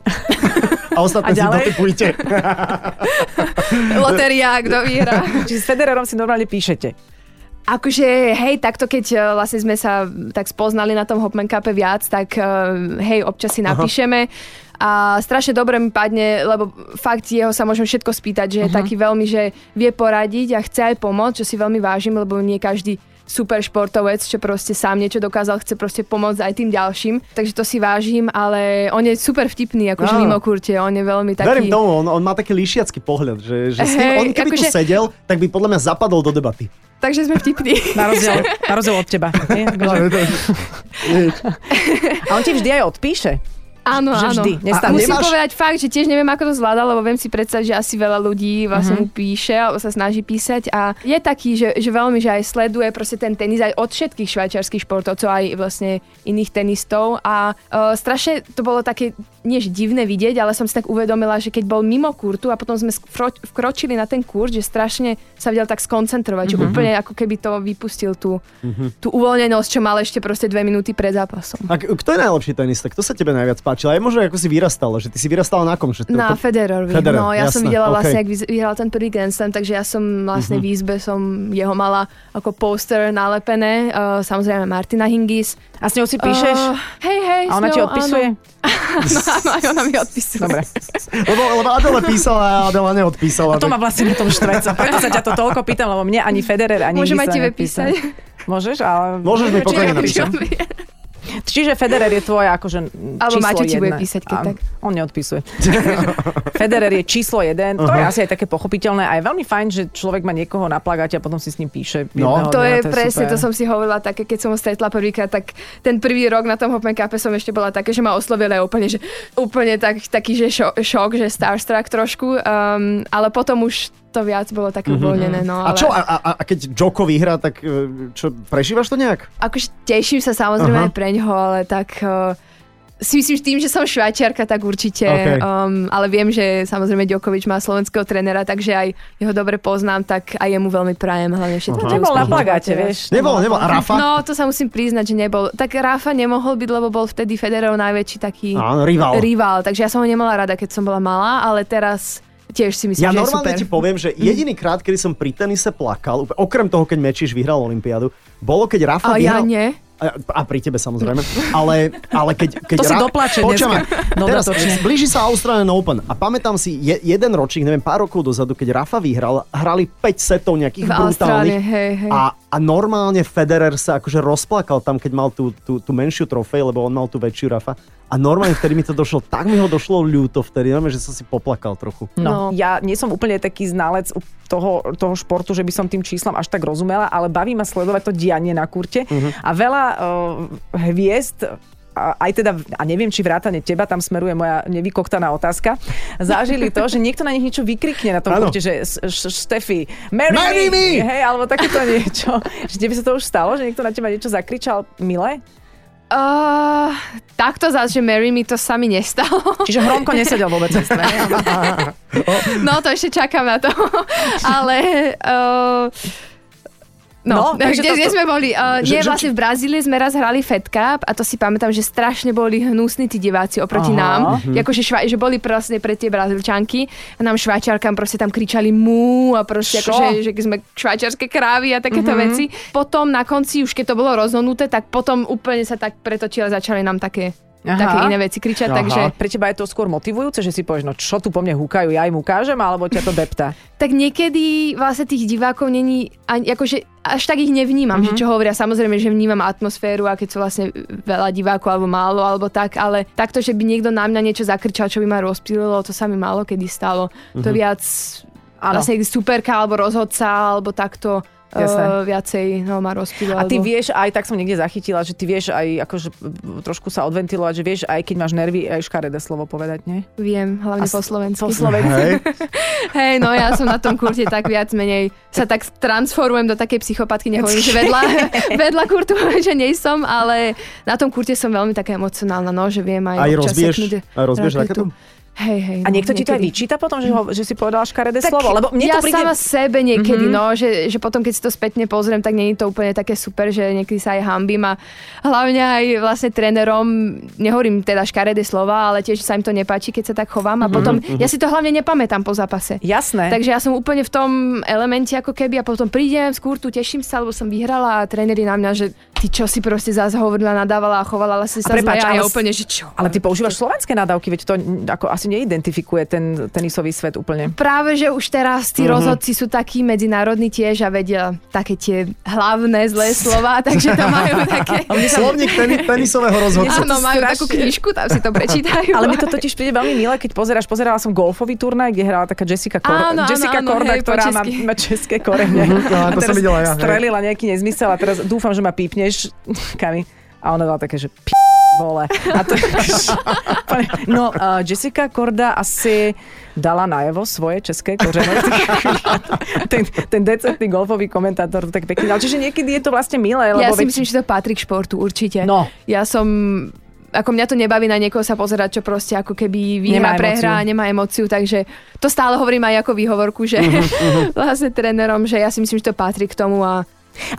A ostatné
A
si
ďalej?
dotipujte.
Loteria, kto vyhrá.
Čiže s Federerom si normálne píšete.
Akože, hej, takto keď e, vlastne sme sa tak spoznali na tom Hopman Cupe viac, tak e, hej, občas si napíšeme. A strašne dobre mi padne, lebo fakt jeho sa môžem všetko spýtať, že je
Mhm.
taký veľmi, že vie poradiť a chce aj pomôcť, čo si veľmi vážim, lebo nie každý super športovec, čo proste sám niečo dokázal, chce proste pomôcť aj tým ďalším. Takže to si vážim, ale on je super vtipný, akože
Áno.
mimo kurte, on je veľmi taký...
Verím tomu, on, on má taký líšiacký pohľad, že, že s ním,
Hej,
on keby tu
akože-
sedel, tak by podľa mňa zapadol do debaty.
Takže sme vtipní.
Na rozdiel, na rozdiel od teba. Nie? Akože- A on ti vždy aj odpíše.
Áno,
Že
áno.
vždy,
A
nestane.
musím
Nemáš-
povedať fakt, že tiež neviem, ako to zvláda, lebo viem si predstaviť, že asi veľa ľudí
Mhm.
vlastne mu píše alebo sa snaží písať a je taký, že, že veľmi, že aj sleduje proste ten tenis aj od všetkých švajčiarských športovcov, aj vlastne iných tenistov a e, strašne to bolo také, nie že divné vidieť, ale som si tak uvedomila, že keď bol mimo kurtu a potom sme skro- vkročili na ten kurt, že strašne sa vedel tak skoncentrovať,
Mhm.
že úplne ako keby to vypustil tú, tú uvoľnenosť, čo mal ešte proste dve minúty pred zápasom.
A k- kto je najlepší tenista? Kto sa tebe najviac páčil? Aj možno ako si vyrastala, že ty si vyrastala na kom? Že to,
Na
to,
Federerovi.
Federer,
no, ja som
jasné,
videla vlastne,
okej. Mhm.
jak vyz- vyhral ten prvý Grand Slam, takže ja som vlastne v izbe som jeho mala ako poster nalepené. Uh, samozrejme Martina Hingis.
A s ňou si píšeš?
Uh, hej, hej.
Eh, a ona
s
ti
ňou,
odpisuje?
Áno, áno, aj ona mi odpisuje.
Dobre.
lebo, lebo Adela písala a Adela neodpísala.
A to ma vlastne na tom štveca. Preto sa ťa to toľko pýtam, lebo mne ani Federer, ani
Môžem aj
Hingis sa
tebe
nepísal.
písať.
Môžeš, ale...
Môžeš mi pokojne
Čiže-
napísať.
Čiže Federer je tvoja akože
Alebo
číslo
Maťo ti
jedna.
bude písať, keď
A
tak.
On neodpisuje. Federer je číslo jeden. To je asi aj také pochopiteľné. A je veľmi fajn, že človek má niekoho na plagáte a potom si s ním píše.
No.
jedného
To
dňa,
je presne,
super.
to som si hovorila také, keď som ho stretla prvýkrát, tak ten prvý rok na tom Hopman Cupe som ešte bola také, že ma oslovila úplne, že úplne tak, taký, že šo, šok, že starstruck trošku, um, ale potom už to viac bolo také uvoľnené. No,
Mhm. A
ale...
čo, a, a, a keď Joko vyhrá, tak e, čo, prežívaš to nejak?
akože teším sa samozrejme
Aha.
aj pre ňoho, ale tak uh, si myslím, že tým, že som švajčiarka, tak určite.
Okej.
Um, ale viem, že samozrejme Djokovic má slovenského trénera, takže aj jeho dobre poznám, tak aj jemu veľmi prajem, hlavne všetko.
No,
tie
Nebol na
úspechy.
plagáte, vieš.
Nebol, nebol. A Rafa?
No, to sa musím priznať, že nebol. Tak Rafa nemohol byť, lebo bol vtedy Federov najväčší taký
Áno, no, rival.
rival. Takže ja som ho nemala rada, keď som bola malá, ale teraz tiež si myslím,
Ja
že je
normálne
super. Mhm.
ti poviem, že jediný krát, kedy som pri tenise plakal, úplne- okrem toho, keď Mečiš vyhral Olympiádu, bolo keď Rafa
A
vyhral...
ja nie.
A, a pri tebe samozrejme. Ale, ale keď, keď
To si dopláče
Počujem
dneska.
ma.
No,
teraz,
dodatočne.
blíži sa Australian Open a pamätám si je, jeden ročník, neviem, pár rokov dozadu, keď Rafa vyhral, hrali 5 setov nejakých
V Austrálii,
brutálnych.
hej, hej.
A, a normálne Federer sa akože rozplakal tam, keď mal tú, tú, tú menšiu trofej, lebo on mal tú väčšiu Rafa. A normálne vtedy mi to došlo, tak mi ho došlo ľúto vtedy, normálne, že som si poplakal trochu.
No.
No.
Ja nie som úplne taký znalec u- toho, toho športu, že by som tým číslam až tak rozumela, ale baví ma sledovať to dianie na kurte. Uh-huh.
Mhm.
A veľa uh, hviezd a- aj teda, a neviem, či vrátane teba, tam smeruje moja nevykoktaná otázka, zažili to, že niekto na nich niečo vykrikne na tom
Áno.
kurte, že s- š- Štefi, marry,
Marry me!
Hej, alebo takéto niečo. Že tebe sa to už stalo, že niekto na teba niečo zakričal milé?
Uh, takto zás, že Mary mi to sami nestalo.
Čiže Hromko nesedel vôbec na strane.
eh, No to ešte čakám na to. Ale uh, No, no
takže
kde,
to-
kde
to-
sme boli?
Že-
Uh, nie,
že-
vlastne v Brazílii sme raz hrali Fed Cup a to si pamätám, že strašne boli hnusní tí diváci oproti
Aha.
nám. Mm-hmm. Akože šva- že boli proste pre tie Brazílčanky a nám šváčarkám proste tam kričali mu a proste
Čo?
akože, že sme šváčarské krávy a takéto mm-hmm. veci. Potom na konci, už keď to bolo rozhodnuté, tak potom úplne sa tak pretočili a začali nám také,
Aha.
také iné veci kričať,
Aha.
takže...
Pre teba je to skôr motivujúce, že si povieš, no čo tu po mne húkajú, ja im ukážem, alebo ťa to depta.
tak niekedy vlastne tých divákov není, ani, akože až tak ich nevnímam,
Mhm.
mm-hmm. že čo hovoria. Samozrejme, že vnímam atmosféru a keď sú vlastne veľa divákov alebo málo alebo tak, ale takto, že by niekto na mňa niečo zakrčal, čo by ma rozpílilo, to sa mi málo kedy stalo. Mm-hmm. To viac
Mhm. Áno.
vlastne superka alebo rozhodca alebo takto
Jasné.
uh, viacej no, ma rozpílilo.
A ty
alebo-
vieš, aj tak som niekde zachytila, že ty vieš aj akože trošku sa odventilovať, že vieš aj keď máš nervy, aj škaredé slovo povedať, nie?
Viem, hlavne
A s-
po slovensku.
Po slovensky.
Hej.
Hej, no ja som na tom kurte tak viac menej sa tak transformujem do takej psychopatky, nehovorím, že vedľa, vedľa kurtu, že nej som, ale na tom kurte som veľmi taká emocionálna, no, že viem aj,
Aj
občas
rozbiješ-
seknúť
aj rozbiješ
raketu.
raketu?
Hej, hej.
A
no,
niekto ti to aj
niekedy.
vyčíta potom, že, ho, že si povedala škaredé slovo, lebo mne
ja
to príde... Mhm.
sama sebe niekedy, mm-hmm. no, že, že potom, keď si to spätne pozriem, tak není to úplne také super, že niekedy sa aj hambím a hlavne aj vlastne trénerom, nehovorím teda škaredé slova, ale tiež sa im to nepáči, keď sa tak chovám
Mhm,
a potom, mm-hmm. ja si to hlavne nepamätám po zápase.
Jasné.
Takže ja som úplne v tom elemente ako keby a potom prídem z kurtu, teším sa, lebo som vyhrala a tréneri na mňa, že ty čo si proste zase hovorila, nadávala a chovala, ale si sa
prepáč,
prepáč, zle, a
ale
ja
s-
úplne, že čo?
Ale ty používaš slovenské nadávky, veď to mm, ako, asi neidentifikuje ten tenisový svet úplne.
Práve, že už teraz
Mhm.
tí mm-hmm. rozhodci sú takí medzinárodní tiež a vedia také tie hlavné zlé slova, takže to majú také...
Slovník teni- tenisového rozhodcu.
Áno, majú
strašne-
takú knižku, tam si to prečítajú.
Ale mi to totiž príde veľmi milé, keď pozeráš, pozerala som golfový turnaj, kde hrala taká Jessica, Kor-
Áno, áno,
Jessica
áno,
Korda,
hej, po
ktorá má,
česky.
má české korene.
áno, Mhm, no, to som
teraz
videla ja, hej.
strelila nejaký nezmysel a teraz dúfam, že ma pípneš, Kami. A ona dala také, že p***, vole. A to, no, uh, Jessica Korda asi dala najevo svoje české kořene. ten, ten decentný golfový komentátor to tak pekne dal. Čiže niekedy je to vlastne milé, lebo
Ja si
veď-
myslím, že to patrí k športu, určite.
No.
Ja som ako mňa to nebaví na niekoho sa pozerať, čo proste ako
Nemá
keby vyhrá,
emóciu.
prehrá, nemá emóciu, takže to stále hovorím aj ako výhovorku, že
Mhm,
vlastne trénerom, že ja si myslím, že to patrí k tomu a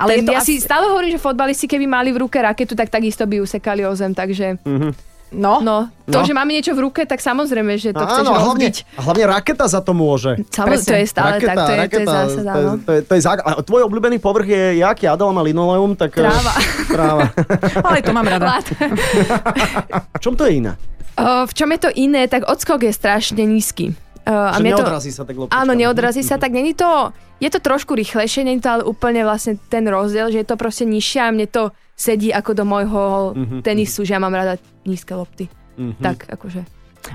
Ale
ale
je to
ja
asi-
si stále hovorím, že fotbalisti, keby mali v ruke raketu, tak takisto by ju sekali o zem, takže
no,
no, to,
No.
že máme niečo v ruke, tak samozrejme, že to chceš
Áno, a hlavne,
rozbiť.
a hlavne raketa za to môže.
Samozrejme, to je stále
raketa,
tak, to je, to je
raketa,
zásada,
to je,
no.
to je, to je základ. A tvoj obľúbený povrch je jaký? Adam a linoleum? Tak, eh,
Tráva.
Tráva.
ale to mám rada.
Lát.
A čom to je iné?
O, v čom je to iné, tak odskok je strašne nízky. O, a
Že
mne to,
neodrazí sa tak loptička. Mhm.
Áno, neodrazí sa, tak není to, je to trošku rýchlejšie, není to ale úplne vlastne ten rozdiel, že je to proste nižšie a mne to sedí ako do môjho
Mhm,
tenisu, že ja mám rada nízke lopty.
Mhm.
Tak akože.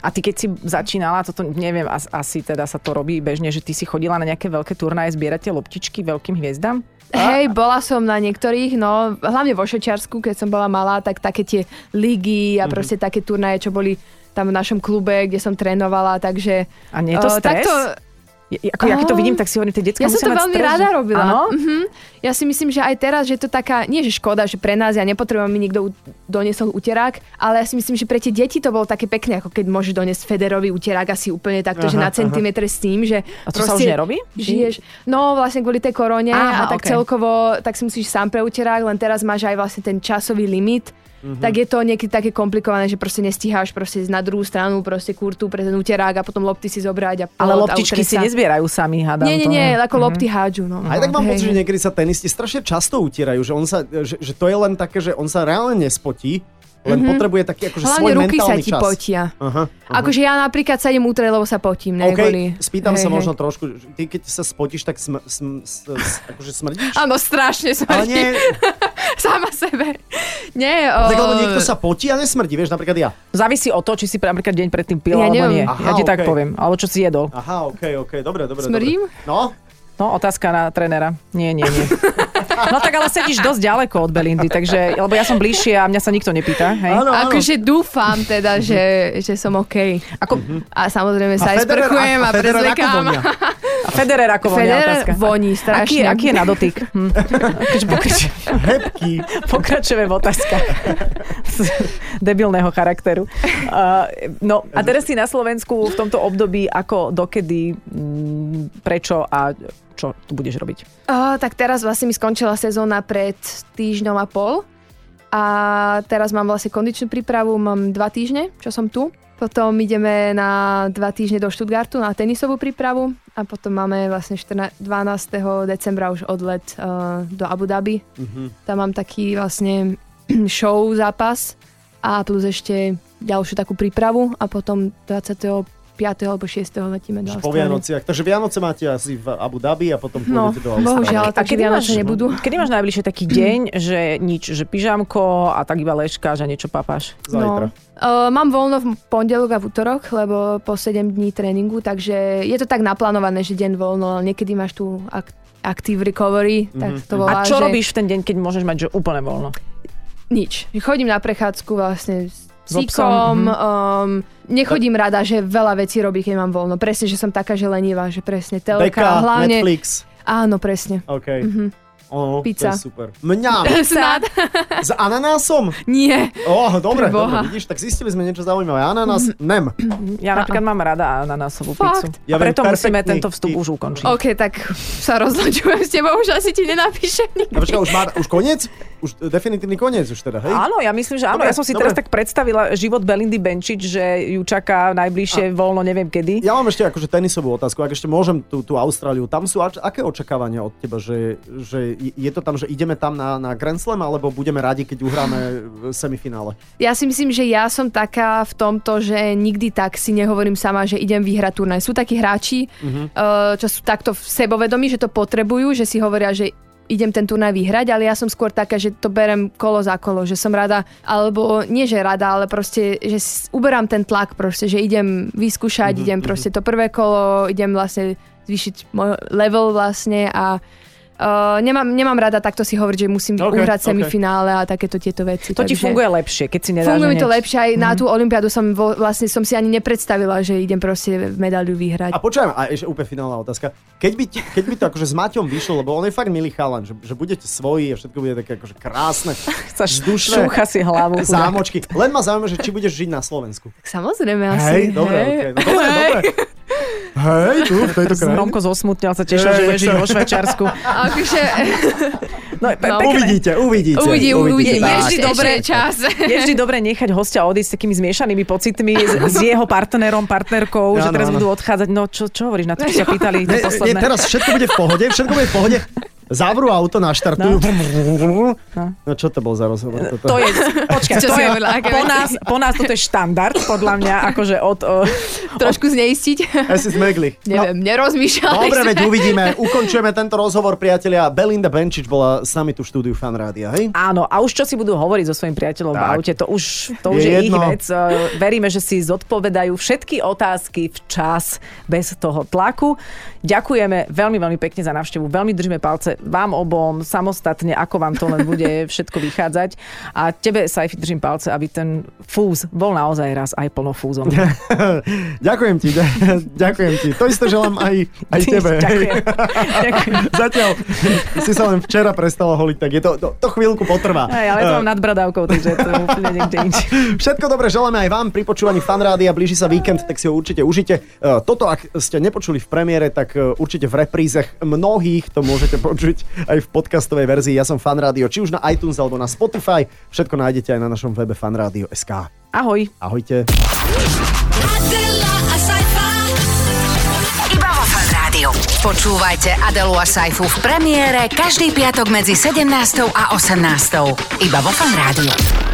A ty keď si začínala, toto neviem, as, asi teda sa to robí bežne, že ty si chodila na nejaké veľké turnaje, zbierate loptičky veľkým hviezdam?
Hej, bola som na niektorých, no hlavne vo Švečiarsku, keď som bola malá, tak také tie ligy
Mhm.
a proste také turnaje, čo boli tam v našom klube, kde som trénovala, takže...
A nie je to
o,
stres?
Takto,
Je- ako, ja keď to
Á.
vidím, tak si hovorím, tie detská
ja som
musia
to
mať
veľmi
stres,
rada
že-
robila.
Áno?
Mhm. Ja si myslím, že aj teraz, že je to taká, nie že škoda, že pre nás, ja nepotrebujem, aby mi niekto u- doniesol uterák, ale ja si myslím, že pre tie deti to bolo také pekné, ako keď môžeš doniesť Federovi uterák asi úplne takto, že
Aha,
na
aha.
centimetre s tým, že
A to sa už nerobí?
Žiješ, no vlastne kvôli tej korone
Aha,
a
ok.
tak celkovo, tak si musíš sám pre uterák, len teraz máš aj vlastne ten časový limit,
Mhm.
Mm-hmm. tak je to niekedy také komplikované, že proste nestíháš proste ísť na druhú stranu, proste kurtu pre ten uterák a potom lopty si zobrať a
Ale
plot a
loptičky
utrieť
si
sa.
nezbierajú sami, hádam.
Nie, nie,
to,
nie,
no.
ako lopty hádžu, no.
Aj tak mám
Hej,
pocit, že
hej.
niekedy sa tenisti strašne často utierajú, že, on sa, že, že to je len také, že on sa reálne nespotí, len potrebuje taký akože
Mhm. Hlavne
svoj
ruky sa
mentálny
ti
čas.
potia.
Aha.
Akože ja napríklad sa idem utrieť, lebo sa potím, ne?
OK,
kvôli-
spýtam sa
hej, hej.
možno trošku, že ty keď sa spotíš, tak sm, sm, sm, s- akože smrdíš?
Áno, strašne som
Ale nie,
sama sebe. Nie, o...
tak lebo niekto sa potí a nesmrdí, vieš, napríklad ja.
Závisí od toho, či si napríklad deň predtým pil,
Ja
alebo nie.
neviem.
Aha,
ja ti tak
okej.
poviem. Alebo čo si jedol.
Aha, OK, OK, dobre, dobre.
Smrdím?
Dobre. No,
No, otázka na trénera. Nie, nie, nie. No tak ale sedíš dosť ďaleko od Belindy, takže, lebo ja som bližšie a mňa sa nikto nepýta. Hej?
No, áno, áno.
Akože dúfam teda, že, že som OK.
Ako,
A samozrejme sa aj
Mhm. Federer-
sprchujem a,
Federer ako
prezlekám.
vo mňa.
a Federer ako vonia
Federer
otázka.
voní
Aký je,
strašne.
aký je na dotyk? Hm. Keďže pokrač-
Hebký.
Pokračujeme v otázkach z debilného charakteru. Uh, no a teraz si na Slovensku v tomto období ako, dokedy, mm, prečo a čo tu budeš robiť?
Uh, tak teraz vlastne mi skončila sezóna pred týždňom a pol a teraz mám vlastne kondičnú prípravu, mám dva týždne, čo som tu. Potom ideme na dva týždne do Stuttgartu na tenisovú prípravu a potom máme vlastne 14, 12. decembra už odlet uh, do Abu Dhabi. Tam mám taký vlastne show zápas a plus ešte ďalšiu takú prípravu a potom 25. alebo 6. letíme do
Po Vianociach. Takže Vianoce máte asi v Abu Dhabi a potom
No,
pôjdete do Austrálie.
bohužiaľ, takže Vianoce nebudú.
Kedy máš najbližšie taký deň, že nič, že pyžamko a tak iba ležka, že niečo papáš?
Zajtra.
No. Uh, mám voľno v pondelok a v útorok, lebo po 7 dní tréningu, takže je to tak naplánované, že deň voľno, ale niekedy máš tu ak- active recovery, mm-hmm.
Mhm.
tak to
A
volá,
čo
že
robíš v ten deň, keď môžeš mať že úplne voľno?
Nič. Chodím na prechádzku vlastne s
So psom,
psíkom,
mhm.
um, nechodím rada, že veľa vecí robí, keď mám voľno. Presne, že som taká, že lenivá, že presne telka,
Beka,
hlavne...
Netflix.
Áno, presne.
OK. Ono, To
Pizza.
je super. Mňam.
Snad?
S ananásom?
Nie.
Oh, dobre,
Pre Boha. Mhm.
dobre, vidíš, tak zistili sme niečo zaujímavé. Ananás, nem.
Ja napríklad mám rada ananásovú pizzu.
Fakt?
A
Ja viem
preto musíme
perfektný-
tento vstup
ty-
už ukončiť.
OK, tak sa rozločujem s tebou, už asi ti nenapíšem nikdy.
A počkaj, už, má, už koniec? Už e, definitívny koniec už teda, hej?
Áno, ja myslím, že áno.
Dobre,
ja som si
dobre.
teraz tak predstavila život Belindy Benčič, že ju čaká najbližšie voľno neviem kedy.
Ja mám ešte akože tenisovú otázku, ak ešte môžem tú, tú Austráliu. Tam sú ač, aké očakávania od teba? Že, že je- je to tam, že ideme tam na, na Grand Slam, alebo budeme radi, keď uhráme v semifinále?
Ja si myslím, že ja som taká v tomto, že nikdy tak si nehovorím sama, že idem vyhrať turnaj. Sú takí hráči,
Mhm.
mm-hmm. čo sú takto v sebovedomí, že to potrebujú, že si hovoria, že idem ten turnaj vyhrať, ale ja som skôr taká, že to berem kolo za kolo, že som rada, alebo nie, že rada, ale proste, že s- uberám ten tlak proste, že idem
Mhm,
vyskúšať, mm-hmm. idem proste to prvé kolo, idem vlastne zvýšiť môj level vlastne a Uh, nemám, nemám rada takto si hovoriť, že musím
Ok,
okay, uhrať
ok.
semifinále a takéto tieto veci.
To ti
takže-
funguje lepšie, keď si nedáš
Funguje mi to
hneď.
lepšie aj na tú olympiádu som vo, vlastne som si ani nepredstavila, že idem proste medaliu
A
vyhrať.
počujem, a ešte úplne finálna otázka. Keď by, ti, keď by to akože s Maťom vyšlo, lebo on je fakt milý chalan, že, že budete svoji a všetko bude také akože krásne,
Chceš
vzdušné.
šúcha si hlavu. chudák.
zámočky. Len ma zaujíma, že či budeš žiť na Slovensku.
Tak samozrejme asi.
Hej, dobre, okay. no, dobre, dobre. Hej, tu, v tejto krajine.
Romko zosmutnil sa, tešil, že
Hej,
bude žiť vo Švajčiarsku.
Akože,
No, pe-
No.
pekné.
Uvidíte, uvidíte.
uvidí, uvidí.
tak.
Je
Ešte-
vždy
ešte
dobré
je
čas.
Je vždy dobre nechať hostia odísť s takými zmiešanými pocitmi s, s jeho partnerom, partnerkou, že
Áno,
teraz
áno.
budú odchádzať. No čo, čo hovoríš na to,
No.
čo sa pýtali to
Ne, nie,
posledné?
teraz všetko bude v pohode, všetko bude v pohode. Zavrú auto, naštartujú. No, čo to bol za rozhovor? Toto?
To je, počkaj,
Čo
to
si
je,
hovorila, aké
po,
veci?
nás, po nás toto je štandard, podľa mňa, akože od... Uh,
Trošku zneistiť.
Asi zmegli.
Neviem, nerozmýšľali
No. Dobre,
sme.
veď uvidíme. Ukončujeme tento rozhovor, priatelia. Belinda Benčič bola s nami tu v štúdiu Fan Rádia, hej?
Áno, a už čo si budú hovoriť so svojím priateľom v
Tak.
aute, to už, to
Je
už je, ich
jedno.
vec. Eh, Veríme, že si zodpovedajú všetky otázky včas, bez toho tlaku. Ďakujeme veľmi, veľmi pekne za návštevu. Veľmi držíme palce vám obom, samostatne, ako vám to len bude všetko vychádzať. A tebe, Saifi, držím palce, aby ten fúz bol naozaj raz aj plno fúzom.
Ďakujem ti, ďa- ďakujem ti. To isté želám aj, aj tebe. hej.
Ďakujem. Ďakujem.
Zatiaľ si sa len včera prestala holiť, tak je to, to, to chvíľku potrvá. Eh,
Hej, ale to mám nad bradavkou, takže to je úplne niekde inde.
Všetko dobre želáme aj vám pri počúvaní fanrády a blíži sa víkend, tak si ho určite užite. E, Toto, ak ste nepočuli v premiére, tak e, určite v reprízach mnohých to môžete počuť aj v podcastovej verzii. Ja som fanrádio, či už na iTunes alebo na Spotify. Všetko nájdete aj na našom webe fanradio.sk.
Ahoj.
Ahojte.
Adela Asaifa,
Iba vo Fan Rádiu. Počúvajte Adelu a Saifu v premiére každý piatok medzi 17. a 18. Iba vo Fan Rádiu.